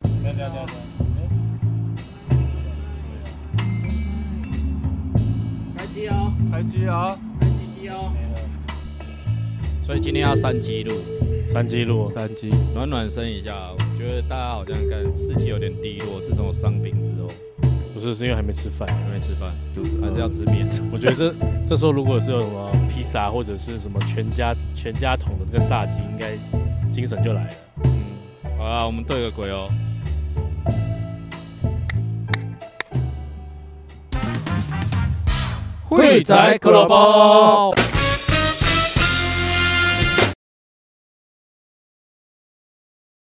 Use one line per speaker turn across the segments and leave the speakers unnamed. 对对对对。
开机哦，
开机啊！
开机机哦。
所以今天要三级录，
三机录，三机。
暖暖身一下。我觉得大家好像看士气有点低落，自从我伤病之后
不是，是因为还没吃饭。
还没吃饭，还是要吃面。
我觉得这这时候如果是有什么披萨或者是什么全家全家桶的那个炸鸡，应该精神就来了。
嗯，好啦，我们对个鬼哦。
会宅俱乐部。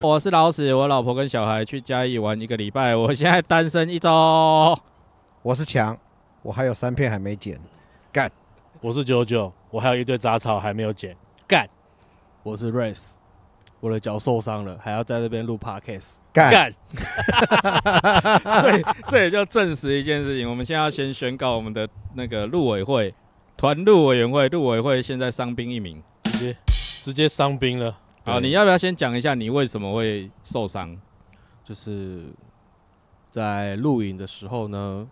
我是老史，我老婆跟小孩去嘉义玩一个礼拜，我现在单身一周。
我是强，我还有三片还没剪。
我是九九，我还有一堆杂草还没有剪，干！
我是 Race，我的脚受伤了，还要在这边录 Podcast。
干，
干！
所以 这也就证实一件事情，我们现在要先宣告我们的那个陆委会团陆委员会，陆委会现在伤兵一名。
直接伤兵了。
好，
对
你要不要先讲一下你为什么会受伤？
就是在录影的时候呢，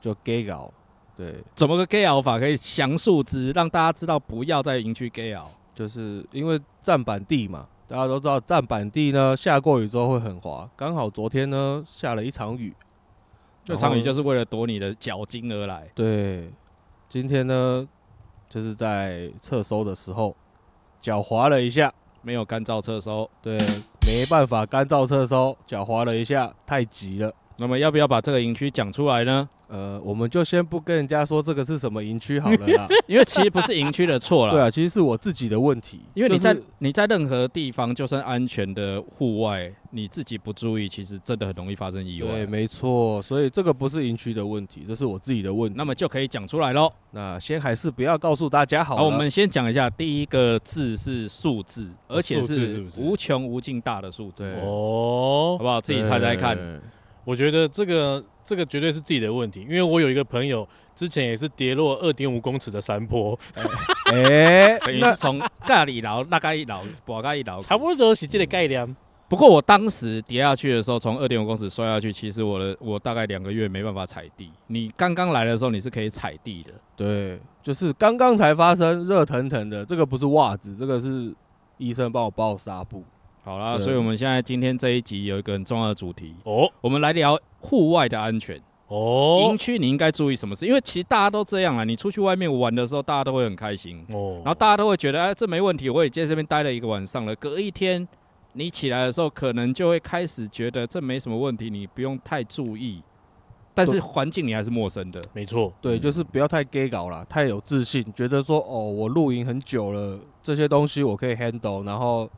就 gay 搞，对，
怎么个 gay 熬法可以详述之，让大家知道不要在营区 gay 熬？
就是因为站板地嘛，大家都知道站板地呢，下过雨之后会很滑。刚好昨天呢下了一场雨，
这
然后
场雨就是为了躲你的脚筋而来。
对，今天呢就是在侧收的时候脚滑了一下，
没有干燥车收。
对，没办法干燥侧收，脚滑了一下，太急了。
那么要不要把这个营区讲出来呢？
呃，我们就先不跟人家说这个是什么营区好了 啦。
因为其实不是营区的错啦，
对啊，其实是我自己的问题，
因为你
就
在
是
你在任何地方，就算安全的户外，你自己不注意，其实真的很容易发生意
对，
外。啊
没错，所以这个不是营区的问题，这是我自己的问题。
嗯那么就可以讲出来喽。
那先还是不要告诉大家好了。
好，我们先讲一下，第一个字是数字，而且
哦数字是不是
无穷无尽大的数字，
对
好
哦，
不好？自己猜猜看。
对
我觉得这个这个绝对是自己的问题，因为我有一个朋友之前也是跌落二点五公尺的山坡，
哎、
等于
那
是从咖喱楼、那咖喱楼、博咖喱楼，
差不多是这个概念。
不过我当时跌下去的时候，从二点五公尺摔下去，其实我的我大概两个月没办法踩地。你刚刚来的时候，你是可以踩地的，
对，就是刚刚才发生，热腾腾的，这个不是袜子，这个是医生帮我包的纱布。
好啦，
对
所以我们现在今天这一集有一个很重要的主题，
哦
我们来聊户外的安全。营
哦
区你应该注意什么事？因为其实大家都这样啊，你出去外面玩的时候，大家都会很开心，
哦，
然后大家都会觉得，哎，这没问题，我也在这边待了一个晚上了。隔一天你起来的时候，可能就会开始觉得这没什么问题，你不用太注意。但是环境你还是陌生的，
没错，
对，就是不要太 gay 搞啦，太有自信，觉得说哦，我露营很久了，这些东西我可以 handle，然后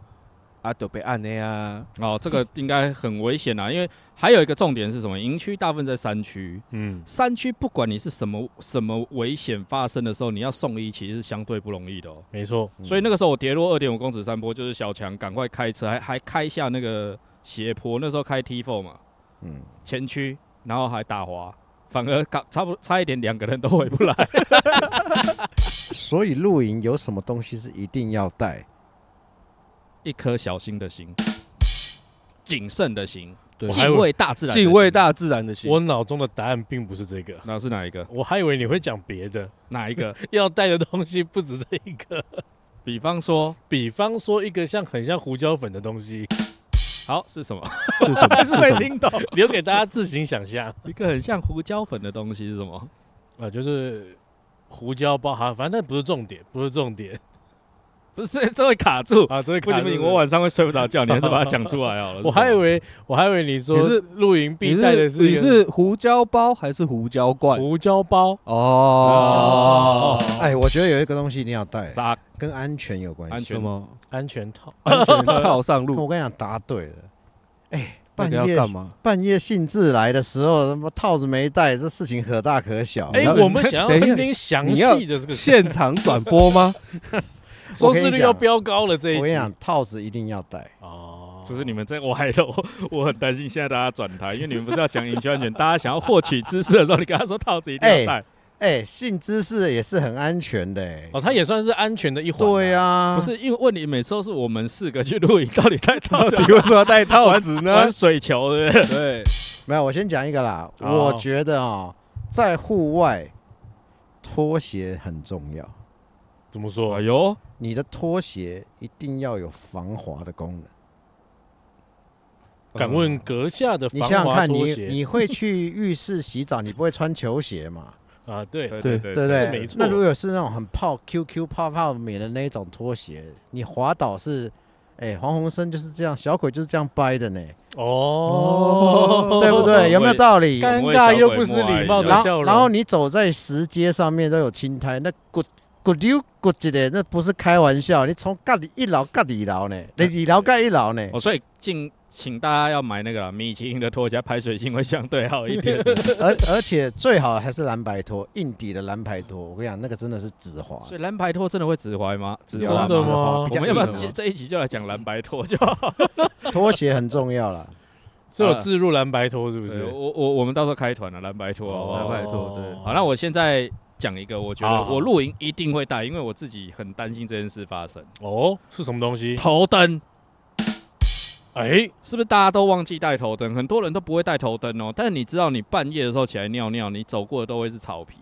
啊，就被按的啊，
哦，这个应该很危险啊，因为还有一个重点是什么？营区大部分在山区，
嗯，
山区不管你是什么什么危险发生的时候，你要送医其实是相对不容易的哦。
没错，
所以那个时候我跌落二点五公尺山坡，就是小强赶快开车，还还开下那个斜坡，那时候开 T4 嘛，
嗯，
前驱，然后还打滑，反而刚差不差一点两个人都回不来。
所以露营有什么东西是一定要带？
一颗小心的心，谨慎的心，
对，
还以
敬
为
畏大自然，
敬畏。大自然的心。
我脑中的答案并不是这个，
那是哪一个？
我还以为你会讲别的，
哪一个？
要带的东西不止这一个，
比方说，
比方说一个像很像胡椒粉的东西，
好是 什么？
是什么？
还是没听懂。
留给大家自行想象
一个很像胡椒粉的东西是什么？
啊，就是胡椒包，哈，反正那不是重点，不是重点
不是，这会卡住。
啊，这个。
不行不行，我晚上会睡不着觉，你还是把它讲出来哦
我还以为我还以为你说
你是
露营
你
必带的
是你
一个
是胡椒包还是胡椒罐？
胡椒包
哦，
哎，我觉得有一个东西一定要带，
啥
跟安全有关
安
系。
全
什么
安全套，
安全套上路？
我跟你讲，答对了。哎，
那
半
个要
夜
干嘛？
半夜兴致来的时候，他妈套子没带，这事情可大可小。
哎、
你要
我们想要
等一
听
下
听详
你要
细的这个
现场转播吗？
收
我跟
视
你
率
讲
要飙高了这一
我跟你
集
讲，套子一定要带。
哦，
就是你们在歪了，我我很担心现在大家转台，因为你们不是要讲营区安全，大家想要获取知识的时候，你跟他说套子一定要戴，
哎哎、性知识也是很安全的、哎
哦，它也算是安全的一环、
对、啊，
不是因为问你每次都是我们四个去露营，到底带套
到
子
底为什么要戴套子呢
玩？水球对不对？
对，
没有，我先讲一个啦。
好
我觉得哦，在户外拖鞋很重要，
怎么说
哎？呦，
你的拖鞋一定要有防滑的功能。
敢问阁下的
你
防
想想
滑
看，
拖
你
鞋
你会去浴室洗澡，你不会穿球鞋嘛？
啊？ 对，
对
对
对
对
不
是没
对？
错
那如果是那种很泡 QQ 泡泡棉的那一种拖鞋，你滑倒是，哎，黄鸿升就是这样，小鬼就是这样掰的呢，
哦，
对不对？有没有
对
道理？
尴尬又不失礼貌
然
的
后
笑容。
然后你走在石阶上面都有青苔，那咕咕溜咕叽的，那不是开玩笑，你从盖里一劳盖里劳呢，你里劳盖一劳呢。
哦，所以进请大家要买那个啦，米其林的拖鞋，排水性会相对好一点。
而而且最好还是蓝白拖，硬底的蓝白拖，我跟你讲，那个真的是直滑。
所以蓝白拖真的会直怀吗？直
有
啊真
啦
滑
的
直滑
吗
比
我
较
们要不要
硬
接
啊
这一集就来讲蓝白拖就好？
拖鞋很重要啦。
这有置入蓝白拖是不
对
是？
我我我们到时候开团了蓝白拖好不好
哦蓝白拖对
好，那我现在讲一个，我觉
好
得
好
我露营一定会带，因为我自己很担心这件事发生。
哦是什么东西？
头灯
哎，
是不是大家都忘记带头灯？很多人都不会带头灯哦。但是你知道，你半夜的时候起来尿尿，你走过的都会是草皮。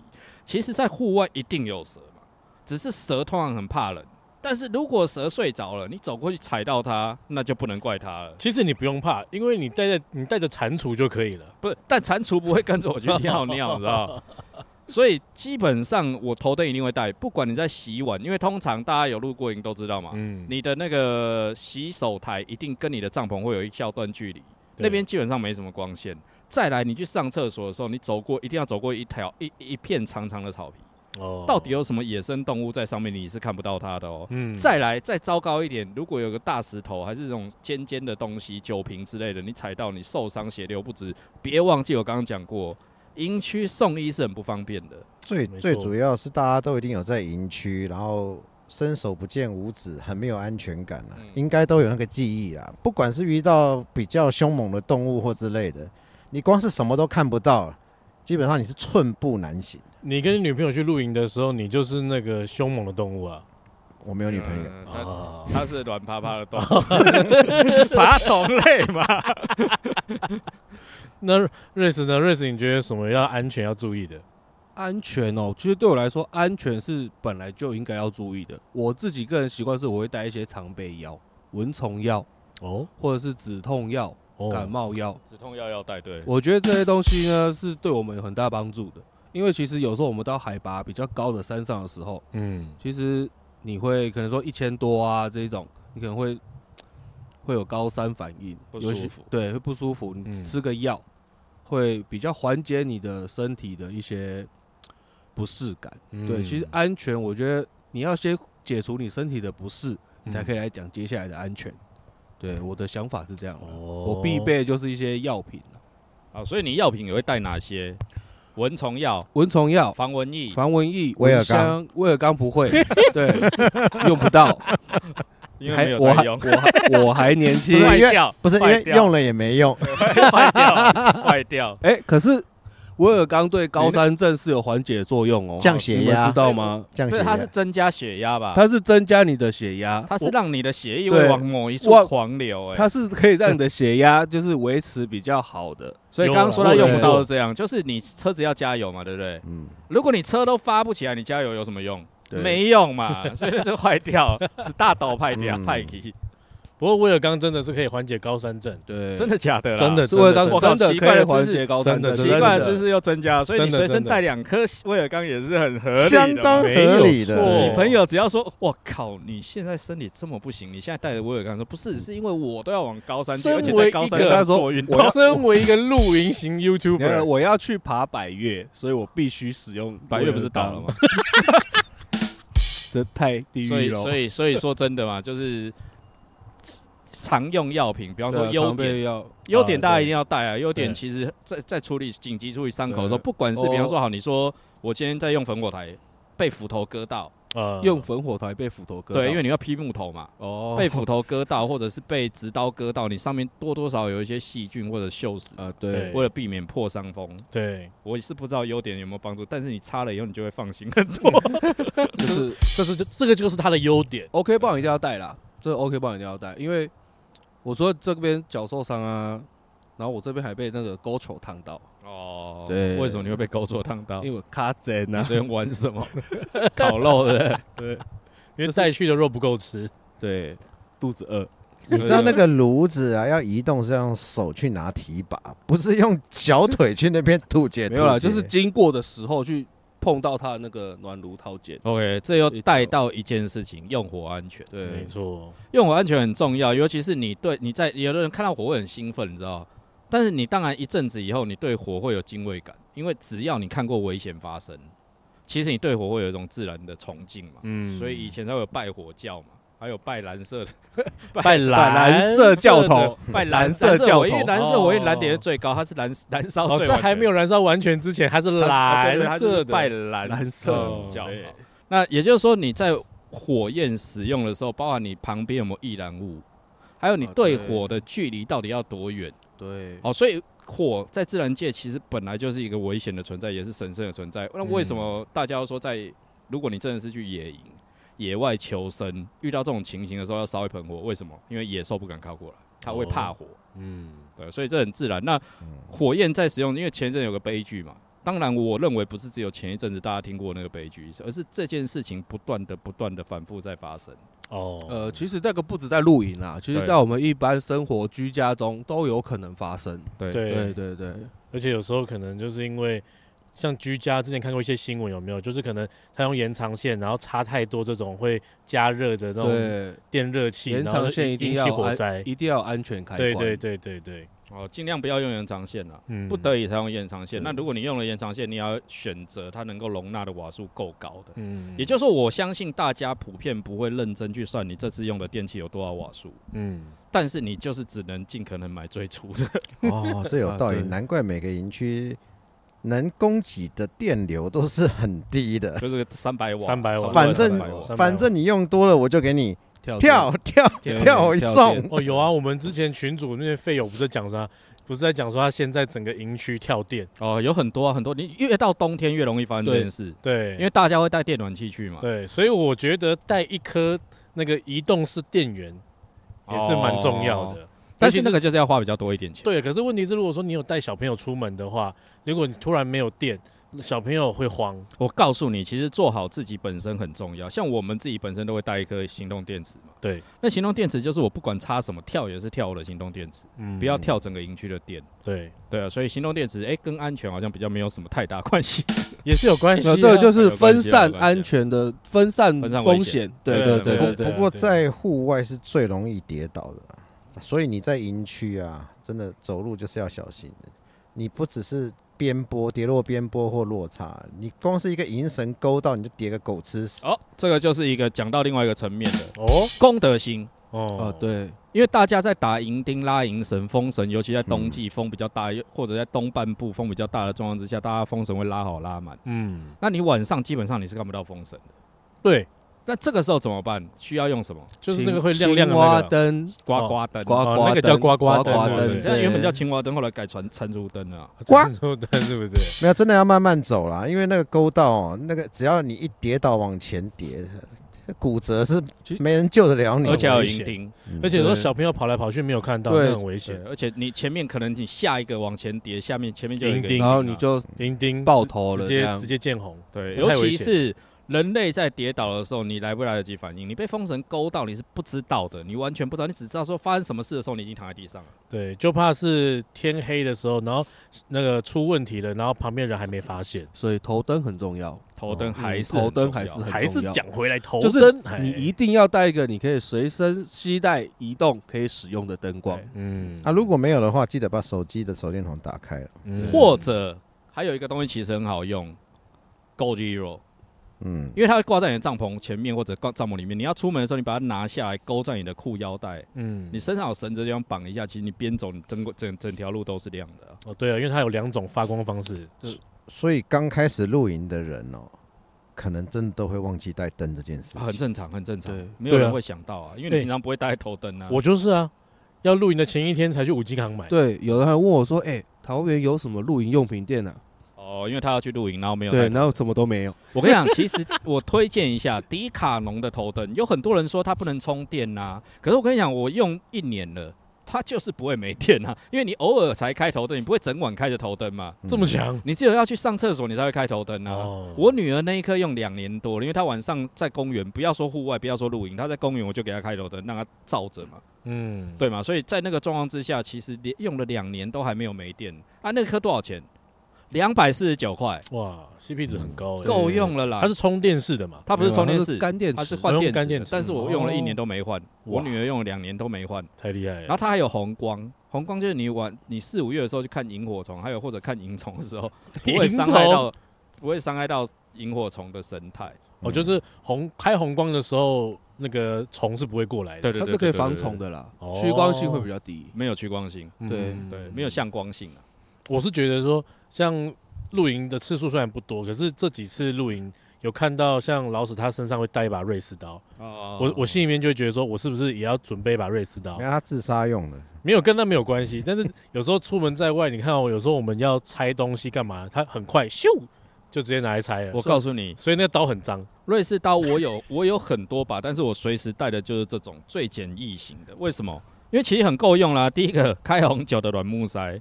其实，在户外一定有蛇嘛，只是蛇通常很怕人。但是如果蛇睡着了，你走过去踩到它，那就不能怪它了。
其实你不用怕，因为你带着你带着蟾蜍就可以了。
不是，但蟾蜍不会跟着我去尿尿，你知道 吗？所以基本上我头灯一定会带，不管你在洗碗，因为通常大家有露过营都知道嘛，
嗯，
啊你的那个洗手台一定跟你的帐篷会有一小段距离，
对
那边基本上没什么光线。再来，你去上厕所的时候，你走过一定要走过一条一一片长长的草皮，
哦
到底有什么野生动物在上面，你是看不到它的哦。
嗯
再来，再糟糕一点，如果有个大石头，还是这种尖尖的东西、酒瓶之类的，你踩到你受伤血流不止。别忘记我刚刚讲过，营区送医是很不方便的。
最
没错
最主要是大家都一定有在营区，然后伸手不见五指，很没有安全感啊，
嗯
应该都有那个记忆啦。不管是遇到比较凶猛的动物或之类的，你光是什么都看不到，基本上你是寸步难行。
你跟你女朋友去露营的时候，你就是那个凶猛的动物啊。
我没有女朋友，
嗯它
啊，
它是软趴趴的动物， 爬虫类嘛。
那瑞斯呢？瑞斯，你觉得什么要安全要注意的？
安全哦，其实对我来说，安全是本来就应该要注意的。我自己个人习惯是，我会带一些常备药、蚊虫药
哦
或者是止痛药、
哦
感冒药。
止痛药要带对，
我觉得这些东西呢，是对我们有很大帮助的。因为其实有时候我们到海拔比较高的山上的时候，
嗯，
其实你会可能说一千多啊这一种，你可能会会有高山反应，
不
尤
舒
其
服
对，会不舒服。
嗯
你吃个药、会比较缓解你的身体的一些不适感。
嗯
对，其实安全，我觉得你要先解除你身体的不适，你
嗯
才可
以。
以来讲接下来的安全。对，我的想法是这样的。
哦
我必备就是一些药品，
好，所以你药品也会带哪些？蚊虫药、
蚊虫药、
防蚊液、
防蚊液、
威尔
蚊香、威尔刚不会，对， 用不到，
因为
还
没有
我
在
还
用，
我还我还年轻
不是。
坏
因为
掉，
不是因
坏
为
掉
用了也没用，
坏掉，坏 掉。
哎、可是威尔刚对高山症是有缓解作用哦，
降血压
你们知道吗？
这样
对，
写
它是增加血压吧？
它是增加你的血压，
它是
我
让你的血液
对
会往某一处
我
狂流、哎，
它是可以让你的血压 就是维持比较好的。
所以刚刚说它
有啊
用不到是这样，就是你车子要加油嘛，对不对？
嗯，
如果你车都发不起来，你加油有什么用？
对
没用嘛，所以这坏掉 是大倒派掉
嗯
派皮，
不过威尔刚真的是可以缓解高山症，
对，啊
真的假的啦？
真的
是威尔刚
我靠
真的
奇怪
可以
的知识
缓解高山
真的
症，
奇
真
怪的
的
知识又增加，所以你
真的
随身
真的
带两颗威尔刚也是很合理的嘛，
相当合理
没有
的
错。
你朋友只要说：“我靠，你现在身体这么不行，你现在带着威尔刚说不是，是因为我都要往高山去，
身
而且
为
在
一
高山
个
上做运动。
我身为一个露营型 YouTuber，
我要去爬百越，所以我必须使用
白
威
月
尔
不是倒了
刚
吗？？
这太地
所
狱
以
了。
所以所以说真的嘛，就是常用药品，比方
他
啊
说优点，
啊要
优点大家一定
要
要带啊。优点
对
其实在在处理紧急处理伤口的时候，
对
不管是
哦
比方说好，你说我今天在用焚火台被斧头割到，
呃，
用焚火台被斧头割
嗯
到。
对，因为你要劈木头嘛，
哦
被斧头割到，或者是被直刀割到，你上面多多少少有一些细菌或者锈蚀。
啊对
对，
为了避免破伤风，
对，
我是不知道优点有没有帮助，但是你擦了以后，你就会放心很多。
就是
这是就嗯 这个就是他的优点。
OK 棒一定要带啦，这个 OK 棒一定要带，因为我除了这边脚受伤啊，然后我这边还被那个钩球烫到，
哦，
对
为什么你会被钩座烫到？
因为我卡针
哦你
啊，
昨天玩什么？ 烤肉 的，
对
因为带去的肉不够吃，
对，肚子饿，
你知道那个炉子啊，要移动是要用手去拿提把，不是用小腿去那边吐解。
没有啦，
吐
就
解
是经过的时候去碰到它的那个暖炉套件，
OK，这又带到一件事情，用火安全。
没
对，
错，
用火安全很重要，尤其是你对你在有的人看到火会很兴奋，你知道，但是你当然一阵子以后，你对火会有敬畏感，因为只要你看过危险发生，其实你对火会有一种自然的崇敬嘛。
嗯
所以以前才会有拜火教嘛，还有拜蓝色的，
拜蓝
蓝色教
头
头，
拜蓝
蓝色教
因为
头
蓝色火焰
哦
燃点是最高，它是燃燃烧
哦，
最
这
完全的。
还没有燃烧完全之前，啊它是蓝
它就
色
是
的，
拜蓝
蓝色
的
教
对
嘛。那也就是说，你在火焰使用的时候，包含你旁边有没有易燃物，还有你
啊
对
对
火的距离到底要多远。
对，
哦，所以火在自然界其实本来就是一个危险的存在，也是神圣的存在。那为什么大家要说在，如果你真的是去野营、野外求生，遇到这种情形的时候要烧一盆火？为什么？因为野兽不敢靠过来，它会怕火。
嗯，
对，所以这很自然。那火焰在使用，因为前一阵有个悲剧嘛。当然，我认为不是只有前一阵子大家听过那个悲剧，而是这件事情不断的、不断的反复在发生。
哦，
呃，其实那个不止在露营啊，其实
对
在我们一般生活居家中都有可能发生。
对
对
对，
对对，
而且有时候可能就是因为像居家之前看过一些新闻，有没有？就是可能他用延长线，然后插太多这种会加热的这种
对，
电热器，
延
然后
长线一定
引
要
起
有
火
安
灾。
一定要有安全开关。
对 对对对对，
哦，尽量不要用延长线了。
嗯
不得已才用延长线。
是
那如果你用了延长线，你要选择它能够容纳的瓦数够高的。
嗯
也就是说，我相信大家普遍不会认真去算你这次用的电器有多少瓦数，
嗯，
但是你就是只能尽可能买最粗的。
哦，这有道理，
啊对
难怪每个营区能供给的电流都是很低的。
就是三百瓦，
三百瓦，
反正
300瓦
300
反正你用多了，我就给你
跳
跳跳
跳
跳
跳
一
电
送。
哦，有啊，我们之前群主那些费友不是讲啥，不是在讲说他现在整个营区跳电，
哦，有很多啊，很多。你越到冬天越容易发生这件事，
对，
因为大家会带电暖器去嘛，
对，所以我觉得带一颗那个移动式电源也是蛮重要
哦。
的。
但是那
尤
个就是要花比较多一点钱。
对，可是问题是，如果说你有带小朋友出门的话，如果你突然没有电，小朋友会慌。
我告诉你，其实做好自己本身很重要。像我们自己本身都会带一颗行动电池嘛。
对，
那行动电池就是我不管插什么跳也是跳我的行动电池，
嗯
不要。跳整个营区的电。
对，
对啊，所以行动电池哎、跟安全好像比较没有什么太大关 系。
也是有关系、
没有
啊。
这个就是是
有关
分
系啊有
散
关系啊
安全的分散
分散危
风
险
险。对对
对
对
对
对
对
对。
不过在户外是最容易跌倒的啊，所以你在营区啊，真的走路就是要小心的。你不只是边坡跌落边坡或落差，你光是一个银绳勾到你就跌个狗吃屎。
哦，这个就是一个讲到另外一个层面的
哦
公德心，
哦
哦，，对，
因为大家在打银钉、拉银绳、封绳，尤其在冬
嗯
季风比较大，或者在东半部风比较大的状况之下，大家风绳会拉好拉满。
嗯，
那你晚上基本上你是看不到风绳的。
对，
那这个时候怎么办？需要用什么？
就是
青
那个会亮亮的
青蛙
那个。
灯，
刮刮灯。
刮
哦
刮
那个叫
灯
刮刮灯
刮
对
灯，
现
对
在原本
对
叫青蛙灯，后来改成蟾蜍灯啊了。
刮
珍珠灯 是不是？
没有，真的要慢慢走啦，因为那个勾到、哦，那个只要你一跌倒往前跌，骨折是
其实
没人救得了你。
而且还有
危险
银钉，
嗯
而且有时候
对
小朋友跑来跑去没有看到，
对
那很危
对
险。，
而且你前面可能你下一个往前叠，下面前面就有一个
银钉
然后
啊
哦你就
银钉
爆头了
嗯
这
直接
样，
直接见红。
对，
不
尤
太危
其
险
是人类在跌倒的时候，你来不来得及反应？你被风神勾到，你是不知道的，你完全不知道，你只知道说发生什么事的时候，你已经躺在地上了。
对，就怕是天黑的时候，然后那个出问题了，然后旁边人还没发现。
所以头灯很重要，
头灯还是、
嗯头灯还是很重要
还是讲回来头
就是
灯，哎
你一定要带一个你可以随身携带、移动可以使用的灯光。
嗯
啊，如果没有的话，记得把手机的手电筒打开了。
嗯
或者还有一个东西其实很好用，Go Zero，
嗯，
因为它会挂在你的帐篷前面或者挂帐篷里面。你要出门的时候，你把它拿下来，勾在你的裤腰带，
嗯
你身上有绳子的地方绑一下，其实你边走，你整个整整条路都是亮的啊。
哦对啊，因为它有两种发光方式，
所以刚开始露营的人哦，可能真的都会忘记带灯这件事
很
情。
正常，很正常
对，
没有
对
人
啊
会想到啊，因为你
哎
平常不会带头灯啊。
我就是啊，要露营的前一天才去五金行买。
对，有人还问我说：“哎、桃园有什么露营用品店啊
哦，因为他要去露营，然后没？”有带
对，
头。
然后什么都没有。
我跟你讲，其实我推荐一下迪卡侬的头灯，有很多人说它不能充电呐、可是我跟你讲，我用一年了，它就是不会没电啊，因为你偶尔才开头灯，你不会整晚开着头灯嘛。
嗯
这么强
你只有要去上厕所，你才会开头灯啊。
哦
我女儿那一颗用两年多了，因为她晚上在公园，不要说户外，不要说露营，她在公园我就给她开头灯，让她照着嘛，
嗯，
对嘛？所以在那个状况之下，其实连用了两年都还没有没电啊。那颗多少
嗯
钱？两百四十九块，
哇，CP 值很高欸，
够用了啦。
它是充电式的嘛？
它不是充电式，
干电
它是
池，
换电池哦
我用干
的
电，池
但是我用了一年都没换，我
哇
女儿用了两年都没换。
太厉害
然后
了。
它还有红光，红光就是你晚你四五月的时候去看萤火虫，还有或者看萤虫的时 候，不会伤害到不会伤害到萤火虫的生态。
哦，就是红开红光的时候，那个虫是不会过来的。
对对
它
对，
是可以防虫
的，
的啦
哦，
趋光性会比较低。
没有趋光性，
嗯
对
对，没有向光性啊。
我是觉得说，像露营的次数虽然不多，可是这几次露营有看到像老史他身上会带一把瑞士刀，
哦
我我心里面就会觉得说，我是不是也要准备一把瑞士刀
你？看他自杀用的，
没有跟他没有关系，但是有时候出门在外，你看哦，有时候我们要拆东西干嘛，他很快咻就直接拿来拆了。
我告诉你，
所以那个刀很脏，
瑞士刀我有我有很多把，但是我随时带的就是这种最简易型的。为什么？因为其实很够用啦。第一个开红酒的软木塞，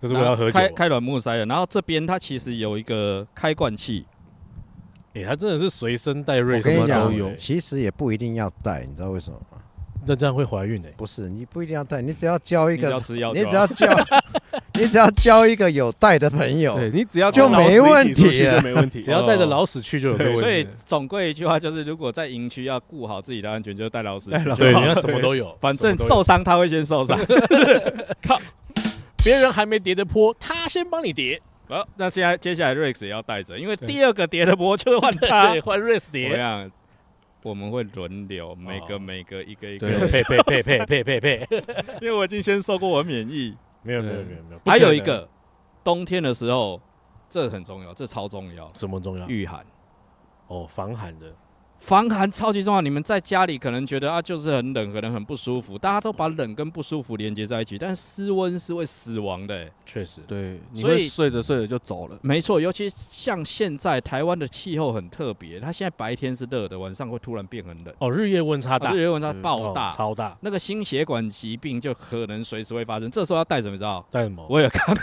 就是我要喝酒。
开
哎、
开软木塞的，然后这边它其实有一个开罐器，
他真的是随身带瑞
我
士
跟
刀
你
欸，
讲，其实也不一定要带，你知道为什么吗？
那这样会怀孕哎、
哦
不是，你不一定要带，你只要交一
你只要
个，
吃药就
你
好，
只要交， 你只要交一个有带的朋友，
对你只要
哦就
跟老
没
师一起
问
出去
题了
就没问题。
只要带着老死去就有这个
对
问
所以
题。
总归一句话就是，如果在营区要顾好自己的安全，就是带老师。
带老
对，
师
你看什么都有，
反正
什么都有
受伤他会先受伤。
别人还没叠的坡，他先帮你叠。
好，那现在接下来 Rex 也要带着，因为第二个叠的波就是换他。
对，换瑞士
我
叠。
想我们会轮流，每
哦
个每个一个一个
对，
呸呸呸呸呸呸呸！
因为我已经先受过我免疫。
没有没
对
有没有没有。不可
还
能
有一个，冬天的时候，这很重要，这超重要，
什么重要？
御寒。
哦，防寒的。
防寒超级重要。你们在家里可能觉得啊，就是很冷，可能很不舒服，大家都把冷跟不舒服连接在一起，但室温是会死亡的、欸
确实，
对，你
所
会
以
睡着睡着就走了。
没错，尤其像现在台湾的气候很特别，它现在白天是热的，晚上会突然变很冷，
哦，日夜温差大
啊，日夜温差
嗯
爆大，
哦超大。
那个心血管疾病就可能随时会发生。这时候要带什么？你知道？
带什么？
威尔康，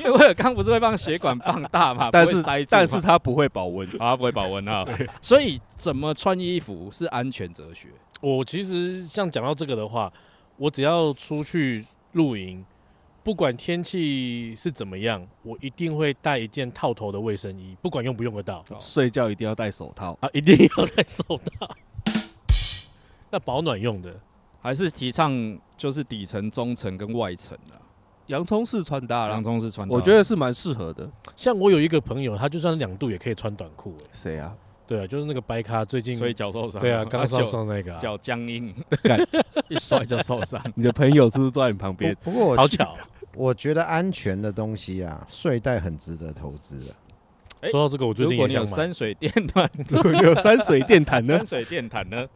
因为威尔康不是会帮血管放大 嘛，
但
不会
是
塞住嘛
但是它不会保温。
啊，不会保温 啊，所以怎么穿衣服是安全哲学。
我其实像讲到这个的话，我只要出去露营，不管天气是怎么样，我一定会带一件套头的卫生衣，不管用不用得到
睡觉一定要戴手套。
啊，一定要带手套。那保暖用的，
还是提倡就是底层、中层跟外层的、
洋葱式穿搭
啊。
啦
洋，葱是穿搭，
我觉得是蛮适合的。
像我有一个朋友，他就算两度也可以穿短裤、欸，
谁啊？
对啊，就是那个白咖最近
所以脚受伤。
对啊，刚
脚
上上那个、啊，
脚僵 硬
干，
一摔就受伤。
你的朋友是不是坐在你旁 边？
不过我
好巧。
我觉得安全的东西啊，睡袋很值得投资啊。
哎
说到这个，我最
如
近
果
也
你有
想买，
山水电暖，
如果你有 山水电毯呢
山？水电毯呢，需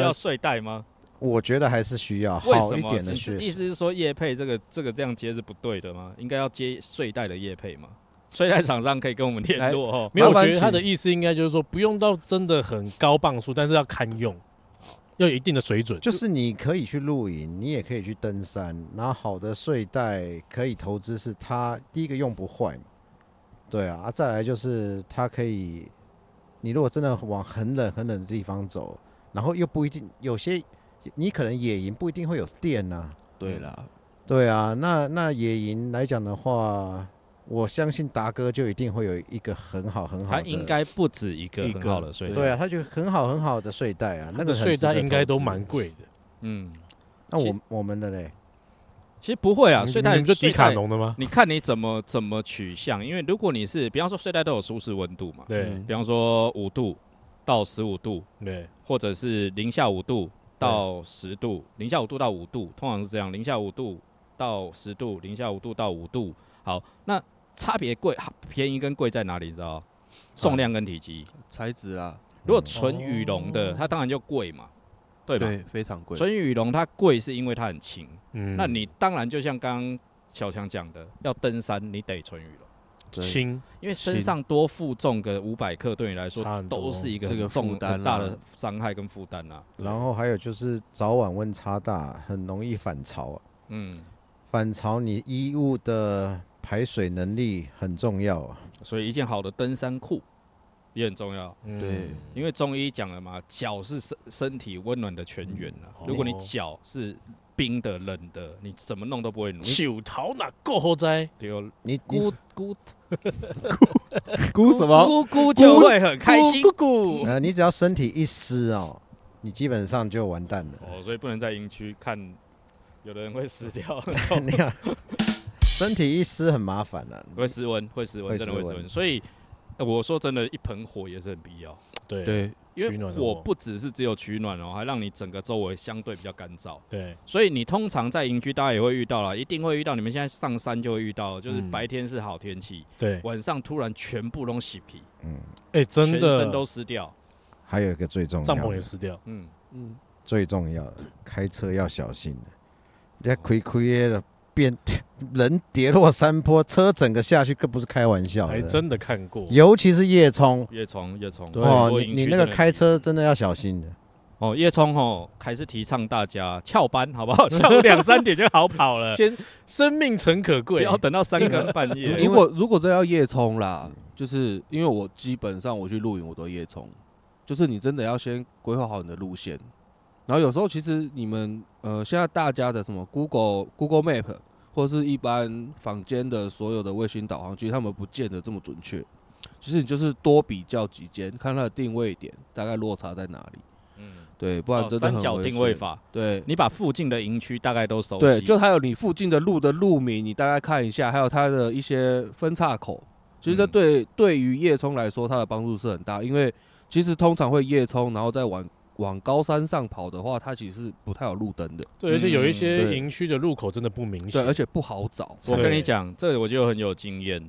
要
呃，
睡袋吗？
我觉得还是需要
为
好
什
一
么？
点的
你是
睡
意思是说夜配这个这个这样接是不对的吗？应该要接睡袋的夜配吗？睡袋厂商可以跟我们联络哦。
没有，我
麻烦
觉得他
请
的意思应该就是说，不用到真的很高磅数，但是要堪用，要有一定的水准。
就是你可以去露营，你也可以去登山，然后好的睡袋可以投资，是它第一个用不坏嘛，对啊，啊再来就是它可以，你如果真的往很冷很冷的地方走，然后又不一定有些，你可能野营不一定会有电啊呐、
对啦，
对啊，那那野营来讲的话，我相信达哥就一定会有一个很好很好
它
的，
应该不止一个
一
很
个
好的睡袋。
对啊，他就很好很好的睡袋啊，那
那个
个
睡袋应该都蛮
蛮，
贵的，
嗯，
那
其
我我们的嘞，
其实不会啊，
你
睡
嗯你
袋
们就迪
睡
卡
袋
侬的吗？
你看你怎么怎么取向，因为如果你是，比方说睡袋都有舒适温度嘛，
对
嗯
比方说五度到十五度，
对，
或者是零下五度到十度，零下五度到五度，通常是这样，零下五度到十度，零下五度到五度。好，那差别贵便宜跟贵在哪里？你知道吗？重量跟体积。
材质啦，
如果纯羽绒的，它当然就贵嘛，对吧？
对，非常贵。
纯羽绒它贵是因为它很轻，
嗯，
那你当然就像刚刚小强讲的，要登山你得纯羽绒，
对
轻，
因为身上多负重个五百克，对你来
差
说
很多
都是一个
这个
很重
负担啊
很大的伤害跟负担啊啦。
然后还有就是早晚温差大，很容易反潮啊。
嗯，
反潮你衣物的排水能力很重要啊。
所以一件好的登山裤也很重要。
嗯
对，
因为中医讲了嘛，脚是身身体温暖的泉源啊。
嗯
如果你
哦
脚是冰的、冷的，你怎么弄都不会暖。
九桃哪够好哉？
丢
你你
咕咕
估什么？
咕咕就会很开心。
咕 咕咕，
呃，你只要身体一湿哦，你基本上就完蛋 了。
哦，所以不能在营区看，有的人会死掉，
你看，身体一湿很麻烦啊。
会失温，会失温，
会
真的会
失
失
温
温。所以、呃我说真的，一盆火也是很必要，
对
对，
因
取
为
暖的
火
火
不只是只有取暖哦，还让你整个周围相对比较干燥。
对，
所以你通常在营区，大家也会遇到啦，一定会遇到。你们现在上山就会遇到，就是
嗯
白天是好天气，
对，
晚上突然全部都洗皮，
哎，真
全身
的
都，湿掉。
还有一个最重要
帐篷也
的，
湿掉，
嗯，
嗯，
最重要的，开车要小心啊人家亏亏了，变 人跌落山坡，车整个下去，更不是开玩笑
还
的。
哎真的看过，
尤其是夜冲
夜冲夜冲，
哎对
很
哦，
多
你
营
你
区
那个
真的
开车真的要小心的。
哦，夜冲哦，还是提倡大家翘班好不 好？下午两三点就好跑 了，
呃先生命诚可
不
贵，
要等到三更哦半夜。
因
如
为
果如果真要夜冲
嗯
啦，就是因为我基本上我去露营我都夜冲，就是你真的要先规划好你的路线，然后有时候其实你们呃现在大家的什么 Google Google Map 或是一般坊间的所有的卫星导航，其实他们不见得这么准确，其实你就是多比较几间，看它的定位点大概落差在哪里，
嗯，
对，不然
哦
真的很
三角
危
定位
险，
法，
对。
你把附近的营区大概都熟悉，
对，就还有你附近的路的路名，你大概看一下，还有它的一些分岔口。其实这
嗯
对、对于夜冲来说，它的帮助是很大，因为其实通常会夜冲，然后再往往高山上跑的话，它其实是不太有路灯的，
对，而且有一
嗯
些
对
营区的入口真的不明
对，
显，
而且不好找。
我跟你
对
讲，这个我就很有经验。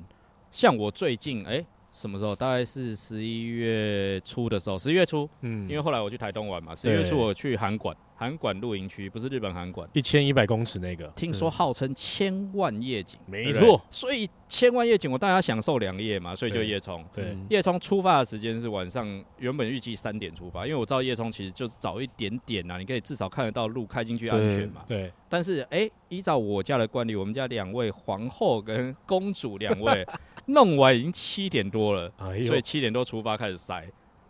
像我最近，哎、什么时候？大概是十一月初的时候，十一月初，
嗯
因为后来我去台东玩嘛，十一月
对
初我去韩馆，韩馆露营区不是日本韩馆，
一千一百公尺那个，
听说号称千万夜景，
嗯没
对不对
错，
所以千万夜景我大家享受两夜嘛，所以就
对
夜冲。
对，
嗯
夜冲出发的时间是晚上，原本预计三点出发，因为我知道夜冲其实就是早一点点啊，你可以至少看得到路，开进去安全嘛。
对，
但是哎、依照我家的惯例，我们家两位皇后跟公主两 位弄完已经七点多了，
哎呦
所以，七点多出发开始塞，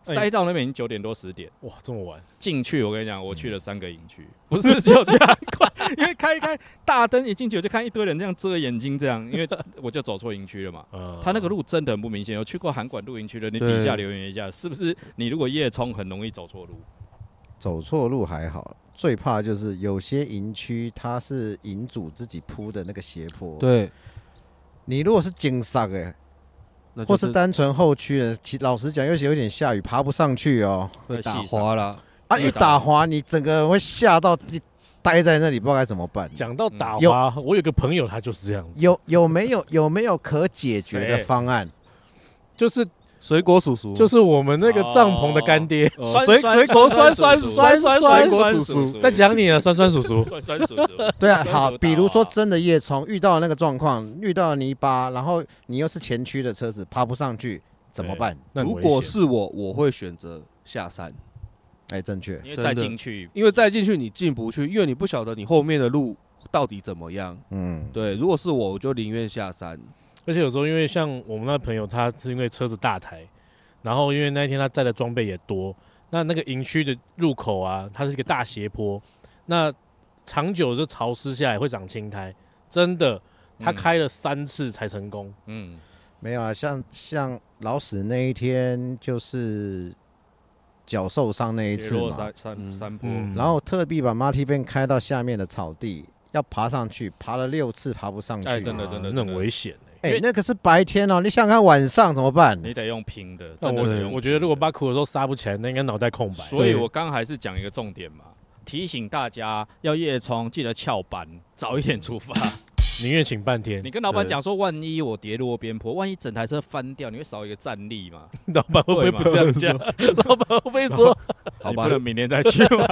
哎
塞到那边已经九点多十点。
哇，这么晚，
进去，我跟你讲，我去了三个营区， 不是只有这样快，因为开一开大灯一进去，我就看一堆人这样遮眼睛，这样，因为我就走错营区了嘛。
嗯，
他那个路真的很不明显，有去过韩馆露营区的，你
对
底下留言一下，是不是你如果夜冲很容易走错路？
走错路还好，最怕就是有些营区它是营主自己铺的那个斜坡。，
对，
你如果是经上哎，
那
或
就是
单纯后区的，其老实讲，尤其有点下雨，爬不上去哦。
会打滑啦。
啊，
会
一
打
打滑，你整个人会吓到，你待在那里不知道该怎么办。
讲
嗯
到打
有
滑，我有个朋友他就是这样子，
有有没有有没有可解决的
谁
方案？
就是
水果叔叔
就是我们那个
哦
帐篷的干爹，
酸
水
酸
水果
酸
酸
酸
酸酸酸
酸酸
水果叔
酸
叔，
在讲你啊，酸酸叔 叔，
酸酸叔叔，
对啊，
摔
好
手，
比
打
如说
滑
真的夜冲遇到那个状况，遇到了泥巴，然后你又是前驱的车子，爬不上去怎么
对
办？
那很
如
危
果
险
是我，我会选择下山，
哎，正确。
因为再进去
因为再进去你进不去，因为你不晓得你后面的路到底怎么样。
嗯，
对，如果是我，我就宁愿下山。
而且有时候因为像我们那朋友，他是因为车子大台，然后因为那一天他载的装备也多，那那个营区的入口啊，它是一个大斜坡，那长久就潮湿下来会长青苔，真的，他
嗯
开了三次才成功，
嗯，
没有啊，像像老史那一天就是脚受伤那一
跌
次
落
嘛
山，山
嗯
山坡，
嗯
然后特地把马蹄边开到下面的草地，要爬上去，爬了六次爬不上去。
哎真的
啊
真的
那很危险欸
哎、
因为
那个是白天哦，你想想看晚上怎么办？
你得用拼的。
但
真的
我
得
觉
用
我觉得
拼
如果
的
巴苦的时候刹不起来，那应该脑袋空白。
所以
对
我刚还是讲一个 重点嘛，提醒大家要夜冲，记得翘班，早一点出发。
宁愿请半天
你。跟老板
对
讲说，万一我跌落边坡，万一整台车翻掉，你会少一个站立嘛？
老板会不会不这样讲？老板会不会说
好
你
吧
不，能明天再去嘛。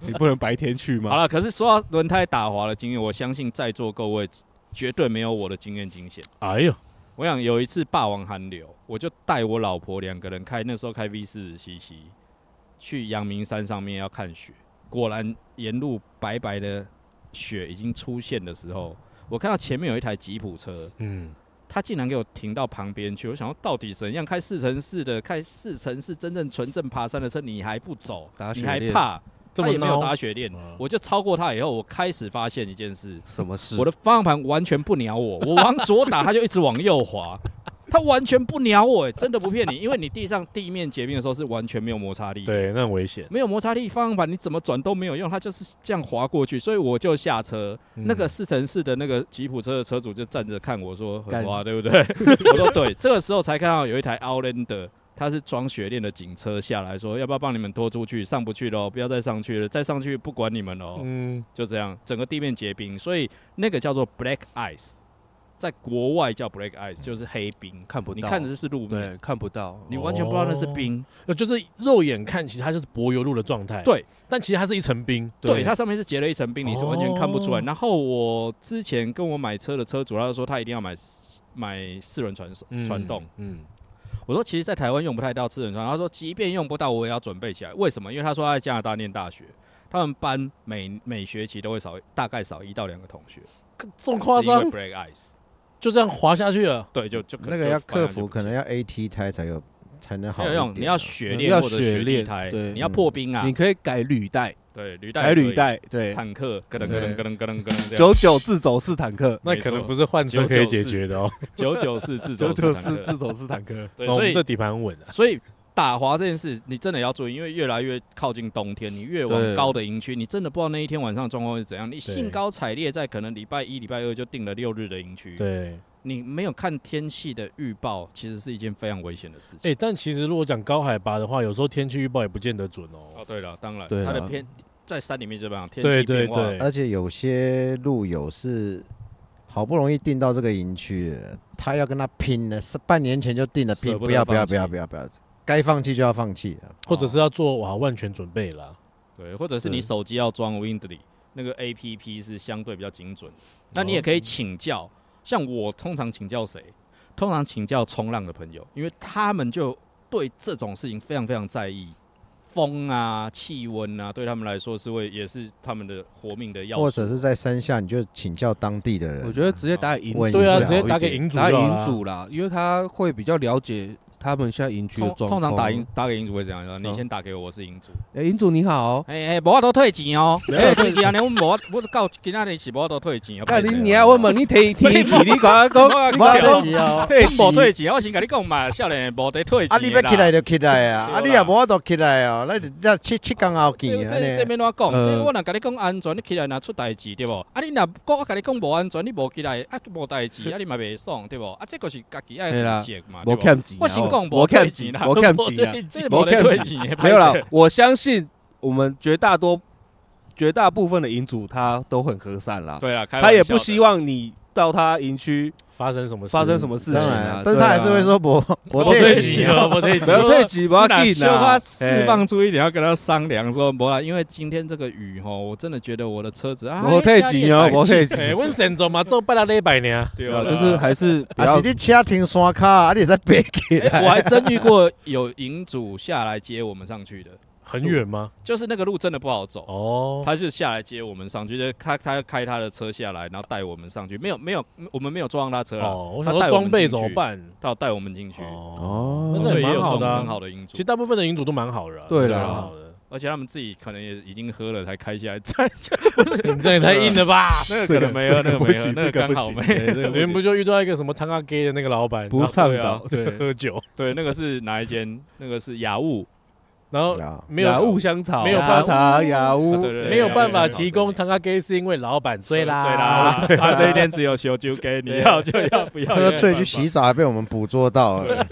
你不能白天去
好
吗？
了，可是说到轮胎打滑的经验，我相信在座各位绝对没有我的经验惊险。
哎呦，
我想有一次霸王寒流，我就带我老婆两个人开，那时候开 V 四十 CC 去阳明山上面要看雪，果然沿路白白的雪已经出现的时候，我看到前面有一台吉普车，
嗯，
他竟然给我停到旁边去，我想说到底怎样开四乘四的，开四乘四真正纯正爬山的车，你还不走
打，雪
你还
链
怕？
这
他
么
也没有
孬
打雪链，
嗯
我就超过他以后，我开始发现一件事，
什么事？
我的方向盘完全不鸟 我，我往左打，它就一直往右滑，它完全不鸟我、哎，真的不骗你，因为你地上地面结冰的时候是完全没有摩擦力，，
对，那很危险。
没有摩擦力，方向盘你怎么转都没有用，它就是这样滑过去，所以我就下车，
嗯
那个四乘四的那个吉普车的车主就站着看我说：“
干
很滑，对不 对？”我说：“对。”这个时候才看到有一台 Outlander，它是装雪链的警车下来说：“要不要帮你们拖出去？上不去喽，不要再上去了，再上去不管你们喽。
嗯，
就这样，整个地面结冰，所以那个叫做 Black Ice，在国外叫 Black Ice，就是黑冰，
看不到
你看的就是路面，
对，看不到。
你完全不知道那是冰。
呃就是肉眼看，其实它就是柏油路的状态。
对，
但其实它是一层冰。
对，它上面是结了一层冰，你是完全看不出来。
哦
然后我之前跟我买车的车主，他就说他一定要买买四轮传手
嗯
传动。。
嗯，
我说其实，在台湾用不太到智能船。他说，即便用不到，我也要准备起来。为什么？因为他说他在加拿大念大学，他们班每每学期都会少大概少一到两个同学，
这么夸张
是因，为 Break Ice，
就这样滑下去了。
对，就就可
那个要克服，
就
可能要 AT 胎才有才能好
没
一
有
点啊。
用，你要雪
要
链或者
雪
雪地
链
胎，
对
你要破冰啊
你，可以改履带，
对，履带
改
也可以
履，带，对，
坦克，咯噔咯噔咯噔咯噔咯噔，
九九自走式坦克，
那
没
可能
错
不是换车可以解
994
决的哦。
九九四自
九
走
九
式
式
坦克
自走式坦克，
对，
哦我
所
们
以
这底盘很稳啊。
所以打滑这件事，你真的要注意，因为越来越靠近冬天，你越
对
往高的营区，你真的不知道那一天晚上的状况是怎样。你兴高采烈在可能礼拜一、礼拜二就定了六日的营区，
对，
你没有看天气的预报，其实是一件非常危险的事情。
哎，但其实如果讲高海拔的话，有时候天气预报也不见得准哦。
哦，对了，当然，
对啦
它的偏在山里面就这样，天
对
气
对
变化嗯
对，
而且有些路友是好不容易订到这个营区的，他要跟他拼了，是半年前就订了，拼
舍不得
不要不要
放弃
不要不要不要，该放弃就要放弃了。
或者是要做哇万全准备啦。
对，或者是
对
你手机要装 Windly 那个 A P P 是相对比较精准的，
哦
那你也可以请教。像我通常请教谁？通常请教冲浪的朋友，因为他们就对这种事情非常非常在意，风啊、气温啊，对他们来说是会也是他们的活命的
或
要
者
素。
是在山下，你就请教当地的人。
我觉得直接打给营
问
主，
一对啊下直
接打给营主
打给
就好
营
啦
主啦，因为他会比较了解他们现在营区的
通
状况。
通常打赢，打给银主会怎样？你
嗯
先打给我，我是银主。
哎，营主你好，
哎哎，无法度退钱哦。哎，今年我无我到今仔日是无法度退钱哦。
那你你要问嘛，你提提起你讲讲，
我
你
不要
讲
着急哦，
退
无退钱，我先跟你讲嘛，少年无得退
啊
钱
你要起来就起来啊，啊
对啦
你也无都起来哦，那那七七天后见
这
啊
这这
呢。
免我讲，
呃
这我若甲你讲安全，你起来若出代志对无？啊，你若讲我甲你讲无安全，你无起来啊，无代志啊，你嘛袂爽对无？啊，这个是家己爱
对啦
负责嘛，对
我
无？
欠钱啊，
我先讲没
我欠
欠钱啦
钱啦，我欠钱啦，啊
这是无得退钱的，
没有啦
拍摄，
我相信我们绝大多绝大部分的营主他都很和善啦，
对啦，开玩笑
他
的
也不希望你到他营区
发生什么事
发生什么事情
当然
啊
啊，，但是他还是会说不不退
急
钱
啊，
哦，不对
不要退级，不要
那
进
秀花
啊，
释放出一点，要跟他商量说，不啦，因为今天这个雨吼，我真的觉得我的车子啊，
我退级哦，我退级，
哎，阮神州嘛做拜六礼拜呢，
对啦
就是还是不
啊
要
是你车停山卡，啊你在别起
哎
来。
我还真遇过有营主下来接我们上去的，
很远吗？
就是那个路真的不好走。
哦，
他是下来接我们上去，就是他他开他的车下来，然后带我们上去，没有没有，我们没有撞到他车了，
哦，我
他
想说
带我
装
们
备
进
怎么
去
办？
他有带我们进去，
哦
那
所
也
以也
蛮
有这
好
种
的
很
啊。
好的因
其实
素。
大部分的营主都蛮好的啊，
对
啦，
啦
蛮好的。
而且他们自己可能也已经喝了才开下来， 再
你这也太硬了吧？
那个可能没有，那个没有，那个刚好没。
你们不就遇到一个什么汤阿 gay 的那个老板，
不
然后
倡
对啊
导，对，
喝酒？
对，那个是哪一间？那个是雅物，
然后
啊，
没有
雅物香草，
没有
茶
办
茶雅物，
对对对
没有办法
对
提供唐阿 gay 是因为老板追啦
醉啦， 他这一天只有修酒给你，
对
要就要，不 要
喝
就
醉
没
去洗澡还被我们捕捉到了，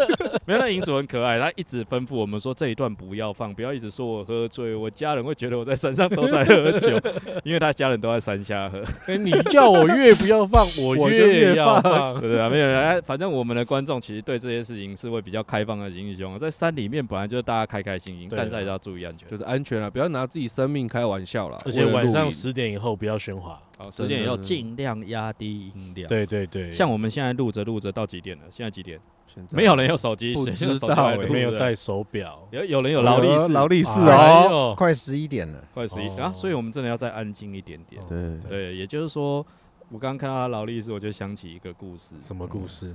没有，那银主很可爱，他一直吩咐我们说这一段不要放，不要一直说我喝醉，我家人会觉得我在山上都在喝酒，因为他家人都在山下喝，
哎你叫我越不要放，我
我就越
要
放
放
对。不对？没有人，哎反正我们的观众其实对这些事情是会比较开放的心胸，在山里面本来就是大家开开心心，
对
但是还是要注意安全
就。是安全了，不要拿自己生命开玩笑了。
而且晚
为了露
上
营
十点以后不要喧哗。
好，哦时间也要尽量压低音量。，
对对对，
像我们现在录着录着到几点了？现在几点？
现在
没有人有手机，
不
谁
知
用手
道
机来
欸
录
没有
的
戴手表，
有有人有劳力士，
劳力士
哎
哦，
呦，
快十一点了，
快十一
哦
啊，所以我们真的要再安静一点点。
哦
对
对，也就是说，我刚刚看到他劳力士，我就想起一个故事。
什么故事？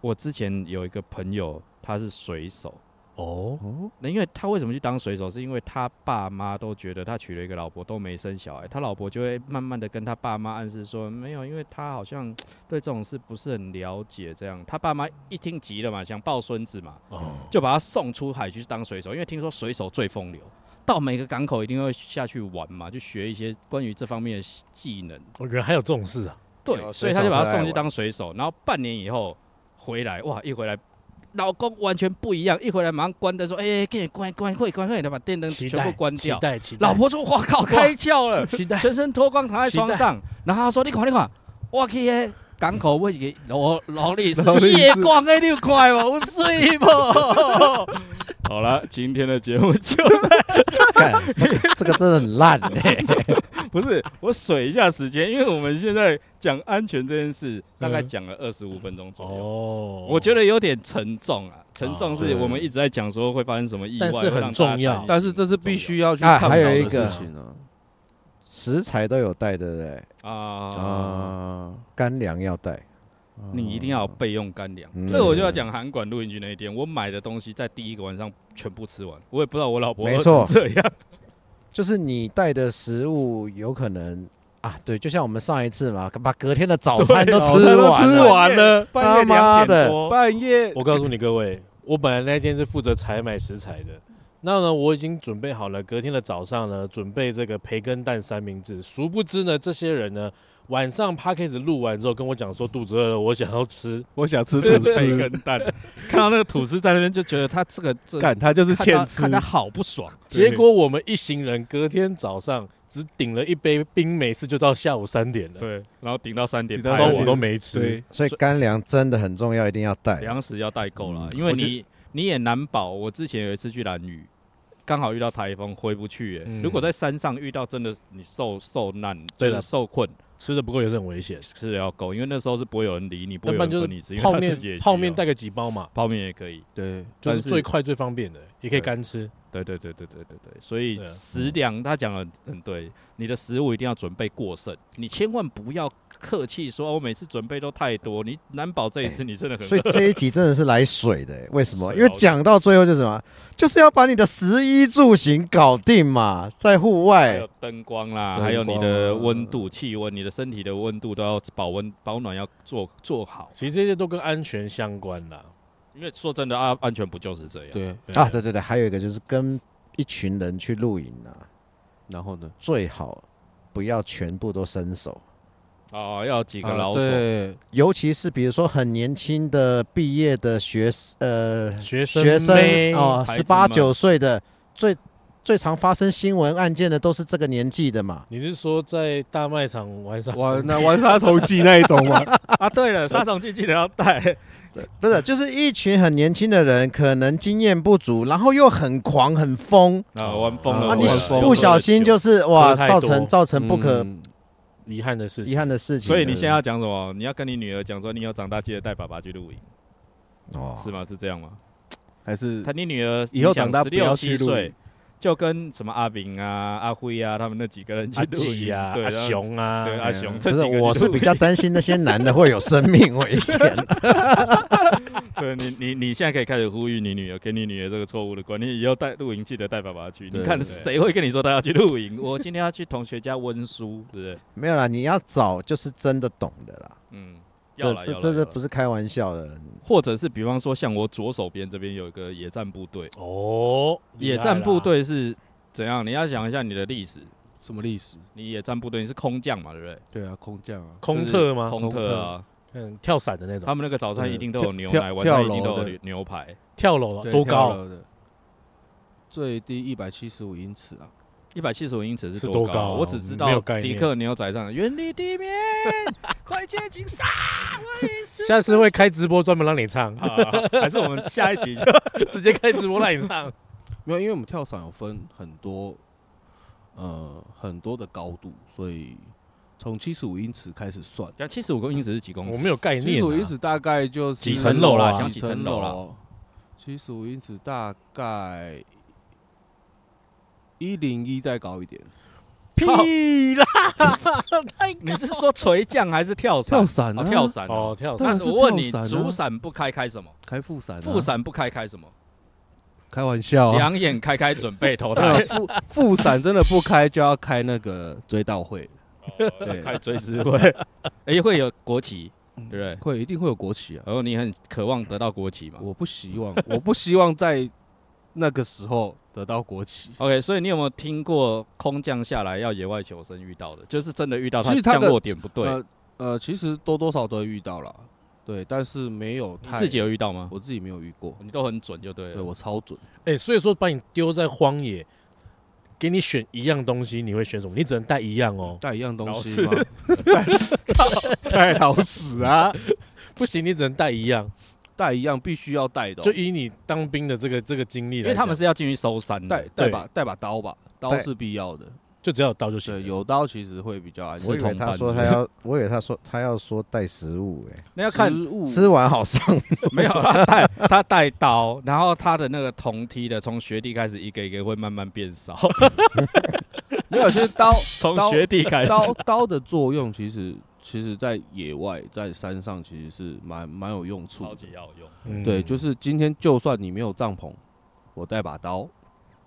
我之前有一个朋友，他是水手。
哦，
那因为他为什么去当水手，是因为他爸妈都觉得他娶了一个老婆都没生小孩，他老婆就会慢慢的跟他爸妈暗示说，没有，因为他好像对这种事不是很了解，这样他爸妈一听急了嘛，想抱孙子嘛，
哦，
就把他送出海去当水手，因为听说水手最风流，到每个港口一定会下去玩嘛，就学一些关于这方面的技能。
原哦来还有这种事啊！
对，
有
所
水
以他
手
就把
才
他
来
送去
玩
当水手，然后半年以后回来，哇，一回来。老公完全不一样，一回来马上关灯，说：“哎、给你关关会关会，的把电灯
期
嗯全
待
部关
期
掉。
待期”待，
老婆说：“哇靠，开窍了，
期待
全身脱光躺在
期
床
待
上。”然后他说：“你看，你看，我去那港口我一个劳劳力士
劳力士
夜光的，你有看无？有水无？” 好了，今天的节目就
干，这个这个真的很烂哎，
不是，我水一下时间，因为我们现在讲安全这件事，大概
嗯
讲了二十五分钟左右。
哦，
我觉得有点沉重
哦
啊，沉重是
对
我们一直在讲说会发生什么意外，
但是
会让
很重
大家
要
担心
但是这是必须要去
啊
倡导
还有
的
一个
事情啊
食材都有带，对不对？
啊，
啊！
干粮要带，
你一定要有备用干粮。
嗯
这我就要讲韩馆露营区那一天，我买的东西在第一个晚上全部吃完，我也不知道我老婆
没
饿
错
成这样。
就是你带的食物有可能啊，对，就像我们上一次嘛，把隔天的早餐都吃
早 餐 都
完
吃
了，
完了，
半夜
他妈
两点
的
多，
半夜
我告诉你各位， 我本来那一天是负责采买食材的。那呢，我已经准备好了，隔天的早上呢，准备这个培根蛋三明治。殊不知呢，这些人呢，晚上 p a c k a g e 录完之后跟我讲说肚子饿了，我想要吃。
我想吃
对
吐
对，
司，
跟蛋，看到那个吐司在那边就觉得他这个这
干他就是
看他
欠吃
看，他好不爽。
结果我们一行人隔天早上只顶了一杯冰美式，就到下午三点了，
对，然后顶到三点，
顶到
中
三
午
点
都没吃。
对，
所以干粮真的很重要，一定要带。
粮食要代购啦，因为
哎嗯我觉
你你也难保。我之前有一次去兰屿，刚好遇到台风，回不去耶、
嗯
如果在山上遇到真的你受受难，
对
就
啦
是受困，
吃的不够也是很危险。
是要够，因为那时候是不会有人理你，不会
要不
有人
然就
分你吃，
是
因
泡
为他自己
面
也，
泡面带
带
个几包嘛，
泡面也可以。
对，
就
但
是
是
最快最方便的，也可以干吃。
对对对对对对对，所以
对啊
食粮他讲的很对，你的食物一定要准备过剩，你千万不要客气说，哦我每次准备都太多，你难保这一
哎
次你真的很
所以这一集真的是来水的、欸为什么？
水
因为讲到最后就是什么，就是要把你的食衣住行搞定嘛，在户
还
外
有灯光啦，
灯光啊
还有你的温度、气温、你的身体的温度都要保温、保暖要做做好。
其实这些都跟安全相关啦。
因为说真的啊，安全不就是这样？
对，
对
啊，对对对，还有一个就是跟一群人去露营啊，
然后呢？
最好不要全部都伸手，
啊，要有几
一
个老手。
对，
尤其是比如说很年轻的毕业的学呃
学生
学生
妹
哦，
孩
十
子
八
们
九岁的最最常发生新闻案件的都是这个年纪的嘛。
你是说在大卖场玩啥？
玩那玩杀虫剂那一 种嘛，
啊，对了，杀虫剂记得要带。
不是，就是一群很年轻的人，可能经验不足，然后又很狂很疯
啊，玩疯
啊，
了，
呃
你
玩
是
疯了
不小心就是
喝
哇，
太
造
多
成造成不可
嗯
遗憾的事情，
遗憾的事情。
所以你现在要讲什么？你要跟你女儿讲说，你有长大记得带爸爸去露营，
哦，
是吗？是这样吗？
还是
他你女儿
以后长大
十
不
六
要
七
去露
岁
营，，
就跟什么阿炳啊、阿辉啊他们那几个人去
阿
露
季
营
啊、
对
阿，
然后
雄啊，
对阿雄，这
不是，
几个
我
去
是
露
比
营
较担心那些男的会有生命危 险。
对你，你你现在可以开始呼吁你女儿，给你女儿这个错误的观念，以后带露营记得带爸爸去。
对
你看
对
谁会跟你说他要去露营？我今天要去同学家温书，对不对？
没有啦，你要找就是真的懂的啦。
嗯，要
这
了
这
要
这
了要
这
了
不是开玩笑的，
或者是比方说像我左手边这边有一个野战部队，
哦，厉害
野
啦
战部队是怎样？你要想一下你的历史，
什么历史？
你野战部队你是空降嘛，对不对？
对啊，空降啊，
空特吗？
空特啊，
嗯，跳伞的那种，
他们那个早餐一定都有牛
跳
奶，
跳
晚上一定
跳楼
都有
的
牛牛排。
跳
哦
楼了
对
多？
跳
高？
楼的最低一百七十五英尺啊，
一百七十五英尺
是
多
多高啊
我只知
没有
道
概念
迪克牛仔上远离地面，快接近上。
下次会开直播专门让 你唱，
还是我们下一集就
直接开直播让你
。
唱。
没有，因为我们跳伞有分很多，呃，很多的高度，所以从七十五英尺开始算
讲啊七十五公英尺是几公
我
尺？
没有概
七
念
十五英
啊，
尺大概就是
几层楼啦
啊
讲
几
几
层
层楼啦
楼。七十五英尺大概一零一再高一点，
屁啦！
你是说垂降还是哎跳伞？
伞
哦，跳伞
哦，跳
当
伞
然
那
是
我问你
跳伞，啊
主伞不开开什么？
开副伞啊，
副伞不开开什么？
开玩笑啊，
两眼开开准备投
对啊
胎，
副副伞真的不开就要开那个追悼会，
对， 嗯开追思会，哎，会有国旗，对不对？
会一定会有国旗啊。
然后你很渴望得到国旗嘛
我不希望， 我不希望在那个时候得到国旗。
？OK，所以你有没有听过空降下来要野外求生遇到的？就是真的遇到
其实他
降
的
落点不对，
呃呃，其实多多少少都会遇到啦，对，但是没有
你
太
自己，有遇到吗？
我自己没有遇过，
你都很准就对
对
了。
我超准。
哎、所以说把你丢在荒野，给你选一样东西，你会选什么？你只能带一样哦，
带一样东
老
西
师
吗？带带老屎啊，
不行，你只能带一样。
带一样必须要带的哦，
就以你当兵的这个这个经历
因
来讲，
为他们是要进去搜山
带
的，
带
对
把带把刀吧，刀
带
是必要的。
就只要有刀就行
对，
了。
有刀其实会比较安
是
我以。
全
同
为
伴
他
的
说他要，我以为他说他要说带食物、欸，
那要看
食物
吃完好上，
没有他带他带刀，然后他的那个铜梯的从学弟开始一个一个会慢慢变 少，
没有，其实刀
从
刀
学弟开始。
刀刀的作用其实其实在野外在山上其实是蛮蛮有用处
超
的。
级要用，
嗯
对，就是今天就算你没有帐篷，我带把刀，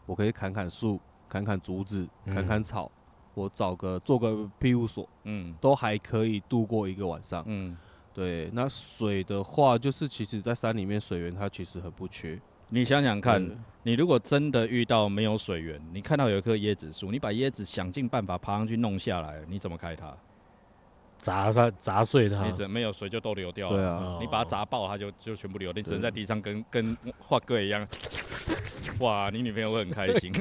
我可以砍砍树、砍砍竹子、
嗯
砍砍草，我找个做个庇护所，
嗯
都还可以度过一个晚上。
嗯，
对，那水的话，就是其实在山里面水源它其实很不缺。
你想想看
对，
你如果真的遇到没有水源，你看到有一棵椰子树，你把椰子想尽办法爬上去弄下来，你怎么开它？
啊
砸它砸碎它
你。只没有水就都流掉
对
了。嗯
啊，
哦
你把它砸爆，它就就全部流。你只能
对
在地上跟跟画哥一样。哇，你女朋友会很开心。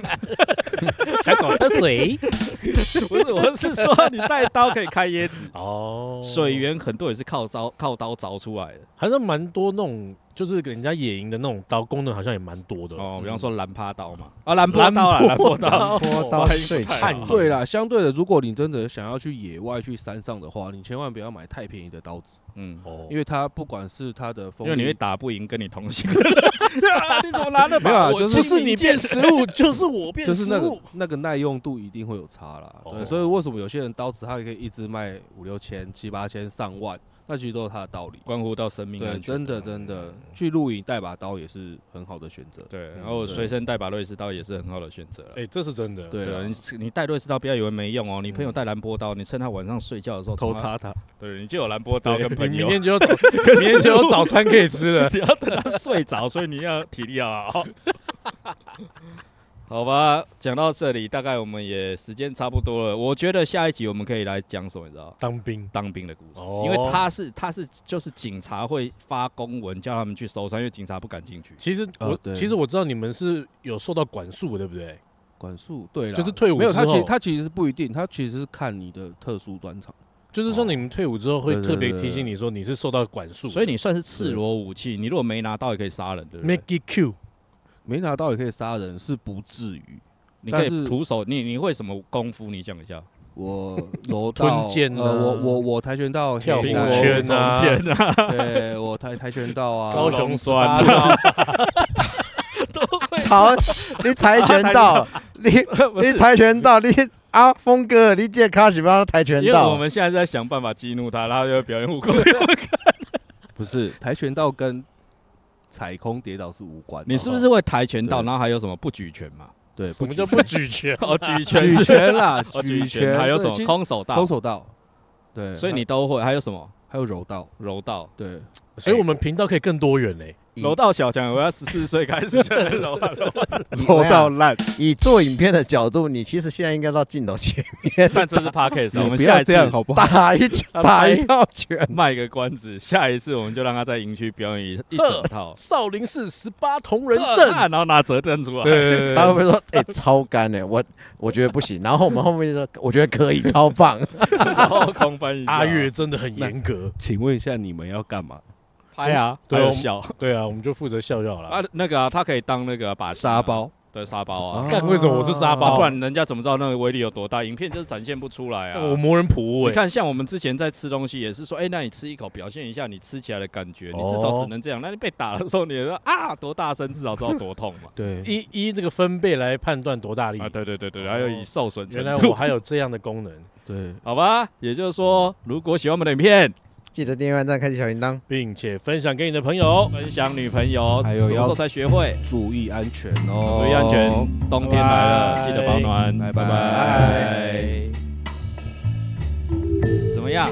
小狗喝水
不是，我是说你带刀可以开椰子。
哦，
水源很多也是靠刀靠刀凿出来的
还是蛮多那种，就是给人家野营的那种刀，功能好像也蛮多的。
哦，
嗯
比方说兰花刀嘛，啊，
嗯
兰波刀啦，兰波刀，
波 刀睡
看
前
你
对啦，相对的，如果你真的想要去野外、去山上的话，你千万不要买太便宜的刀子，
嗯，
哦，
因为它不管是它的
因
锋利，
为你会打不赢跟你同行的人，啊你怎么拿那
没有啊
把？我
就是
不是你变食 物，就是我变
就是
食
那个
物。
那个耐用度一定会有差啦。
哦
对，所以为什么有些人刀子它可以一直卖五六千、七八千、上万，那其实都有它的道理。
关乎到生命
对，
安全嗯
真的真的，去露营带把刀也是很好的选择。
对，然后随身带把瑞士刀也是很好的选择啦。
哎，这是真的。
对
啊
了，
你你带瑞士刀不要以为没用哦，你朋友带兰波刀，你趁他晚上睡觉的时候
偷
从他，
插它，
对，你就有兰波刀
对
跟朋
你明
友，
天就有早，明天就有早餐可以吃了。
你要等他睡着，所以你要体力要好。 好吧，讲到这里，大概我们也时间差不多了。我觉得下一集我们可以来讲什么，你知道？
当兵
当兵的故事，
哦
因为他是他是就是警察会发公文叫他们去搜山，因为警察不敢进去。
其实我、
哦对
其实我知道你们是有受到管束，对不对？
管束对了，
就是退伍
没有，它
之
其实
后
它其实不一定，它其实是看你的特殊专场。
就是
哦
说你们退伍之后会
对对
特别
对对
提醒你说你是受到管束的，
所以你算是赤裸武器，你如果没拿到也可以杀人，对不对？
make it Q
没拿到也可以杀人，是不至于。
你可
但是
以徒手，你你会什么功夫？你讲一下。
我柔道，
吞剑啊
呃，我我我跆拳道，
跳
黑
冰
带
圈啊，
啊，
对 我跆跆拳道啊，
高雄酸
高
好，啊你跆拳道，你你跆拳道，你啊，峰哥，你这卡西巴跆拳
因为我
道，
们现在在想办法激怒他，然后就会表演 武功。
不是跆拳道跟踩空跌倒是无关的。
你是不是会跆拳道？
对
然后还有什么不举拳嘛？
对？
什
不
么
举
叫不举拳？
哦，举拳，
举拳啦，
哦，
举
还有什
对
么
其实
空手道
空？手道？对，
所以你都会，还有什么？
还有柔道，
柔道，
对，
所以我们频道可以更多元嘞、
以
柔道小强，我要十四岁开始就能柔道 了，
以
柔道
我
烂，
跟你讲以做影片的角度，你其实现在应该到镜头前面
但这是 podcast，我们
不
下
要
一次
这样好不好？
打一拳
拜
打一套拳。
卖个关子，下一次我们就让他在营区表演一一整 套
少林寺十八铜人阵，
哦 啊然后拿折凳出来。
对
他会不会说：“哎、超干呢、我我觉得不行。”然后我们后面就说：“我觉得可以，超棒。
然后空翻一下。
阿月真的很严格。
请问一下你们要干嘛？
拍啊，
对
还有
我们
笑
对啊，我们就负责笑就好
啊
了。，
那个啊他可以当那个把啊
沙，包，。
对沙包啊，
干为什么我是沙包
啊不然人家怎么知道那个威力有多大？影片就是展现不出来啊。
我魔人普
你
哎，
看，像我们之前在吃东西也是说，哎、那你吃一口，表现一下你吃起来的感觉，你
哦
至少只能这样。那你被打的时候，你也说啊多大声，至少知道多痛嘛
对，
依依这个分贝来判断多大力
啊，。对对对对，
哦
还有以受损程
原来我
度，
还有这样的功能，
对，
好吧？也就是说，如果喜欢我们的影片，”
记得订阅、按赞、开启小铃铛。
并且分享给你的朋友。
分享女朋友，
还有
什么时
要
候才学会？
注意安全哦，
注意安全，冬天来了，
拜拜
记得保暖，
拜
拜
拜
拜。怎么样？